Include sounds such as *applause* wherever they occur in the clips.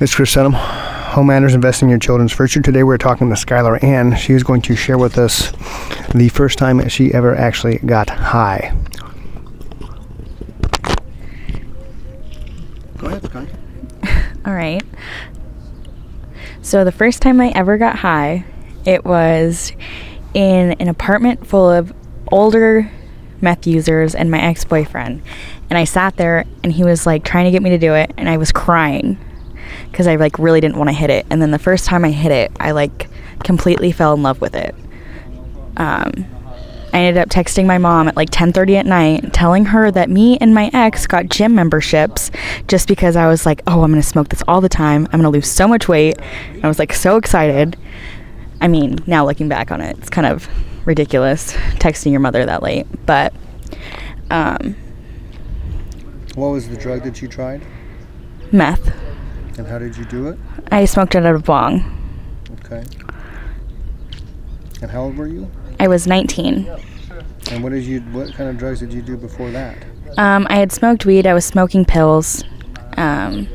It's Chris Dunham, Homeowners Investing in Your Children's Future. Today we're talking to Skylar Ann. She is going to share with us the first time she ever actually got high. Go ahead, Sky. All right. So the first time I ever got high, it was in an apartment full of older meth users and my ex-boyfriend. And I sat there and he was like trying to get me to do it and I was crying cuz I like really didn't want to hit it. And then the first time I hit it, I like completely fell in love with it. Um I ended up texting my mom at like 10:30 at night, telling her that me and my ex got gym memberships just because I was like, "Oh, I'm gonna smoke this all the time. I'm gonna lose so much weight." I was like so excited. I mean, now looking back on it, it's kind of ridiculous texting your mother that late, but um, What was the drug that you tried, meth. and how did you do it? I smoked it out of bong. Okay. And how old were you? I was 19. And what did you? What kind of drugs did you do before that? Um, I had smoked weed. I was smoking pills, um,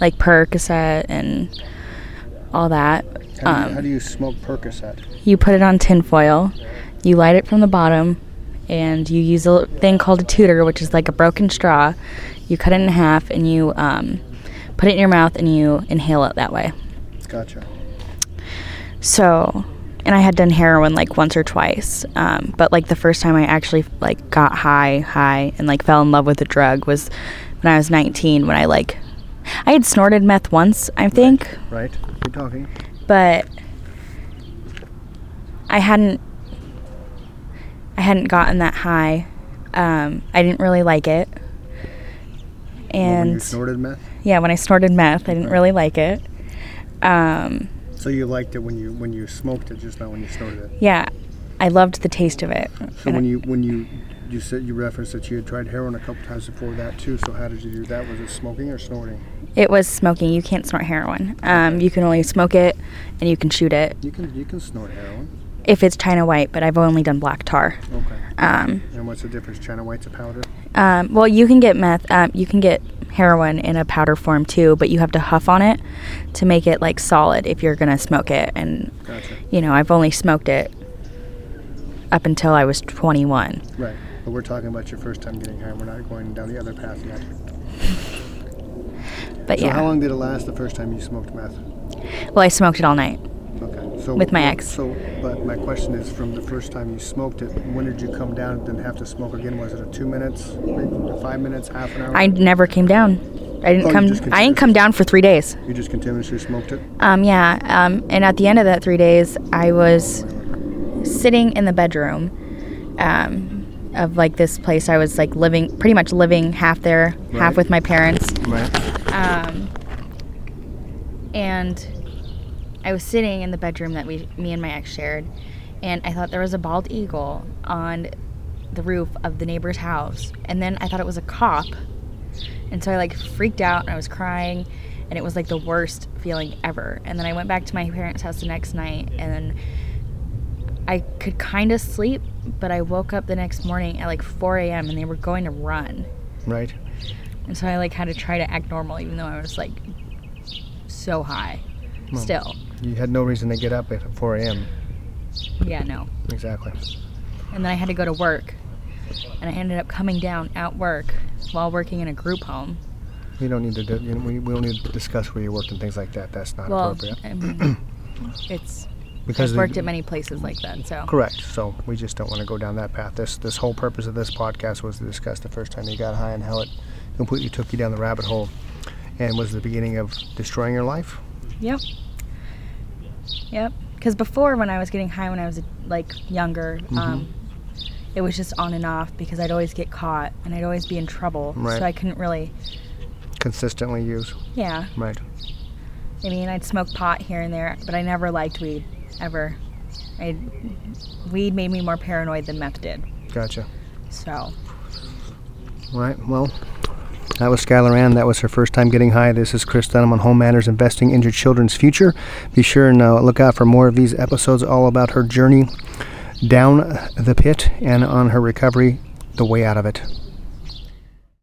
like Percocet and all that. How, do, you, how Um, do you smoke Percocet? you put it on tin foil, you light it from the bottom, and you use a little thing called a tutor, which is like a broken straw. You cut it in half and you um, put it in your mouth and you inhale it that way. Gotcha. So, and I had done heroin like once or twice, um, but like the first time I actually like got high, high, and like fell in love with the drug was when I was 19. When I like, I had snorted meth once, I think, Right. Keep talking. but I hadn't I hadn't gotten that high. Um, I didn't really like it, When and you snorted meth. yeah, when I snorted meth, I didn't really like it. Um, So you liked it when you when you smoked it, just not when you snorted it. yeah, I loved the taste of it. So And when you when you you said you referenced that you had tried heroin a couple times before that too. So how did you do that? Was it smoking or snorting? It was smoking. You can't snort heroin. Um, you can only smoke it, and you can shoot it You can you can snort heroin. if it's China White. But I've only done black tar. Okay. Um, And what's the difference? China white's a powder. um, well, you can get meth. Um, you can get heroin in a powder form too, but you have to huff on it to make it like solid if you're gonna smoke it. And Gotcha. you know, I've only smoked it up until I was 21. Right. But we're talking about your first time getting high. We're not going down the other path yet. But So yeah, how long did it last the first time you smoked meth? well, I smoked it all night. Okay. So With my well, ex. So, but my question is, from the first time you smoked it, when did you come down and then have to smoke again? Was it a two minutes, maybe five minutes, half an hour? I never came down. I Oh, you just didn't come. I continued. ain't come down for three days. you just continuously smoked it. Um, yeah. Um, and at the end of that three days, I was sitting in the bedroom um, of like this place. I was like living, pretty much living half there, Right. half with my parents. Right. Um, and I was sitting in the bedroom that we, me and my ex shared, and I thought there was a bald eagle on the roof of the neighbor's house, and then I thought it was a cop, and so I like freaked out and I was crying, and it was like the worst feeling ever. And then I went back to my parents' house the next night, and I could kind of sleep, but I woke up the next morning at like 4 a.m. and they were going to run. Right. And so I like had to try to act normal even though I was like so high. Well. Still. You had no reason to get up at 4 a.m. Yeah, no. Exactly. And then I had to go to work. And I ended up coming down at work while working in a group home. We don't need to. Do, you know, we, we don't need to discuss where you worked and things like that. That's not Well, appropriate. *clears throat* I mean, it's Because I've the- worked at many places like that. So Correct. So we just don't want to go down that path. This this whole purpose of this podcast was to discuss the first time you got high and how it completely took you down the rabbit hole, and was the beginning of destroying your life. Yep. Yep. Because before, when I was getting high, when I was like younger, Mm-hmm. um, it was just on and off because I'd always get caught and I'd always be in trouble. Right. So I couldn't really. Consistently use. Yeah. Right. I mean, I'd smoke pot here and there, but I never liked weed ever. I weed made me more paranoid than meth did. Gotcha. So Right. Well, that was Skylar Ann. That was her first time getting high. This is Chris Dunham on Home Matters Investing in Your Children's Future. Be sure and uh, look out for more of these episodes all about her journey down the pit and on her recovery, the way out of it.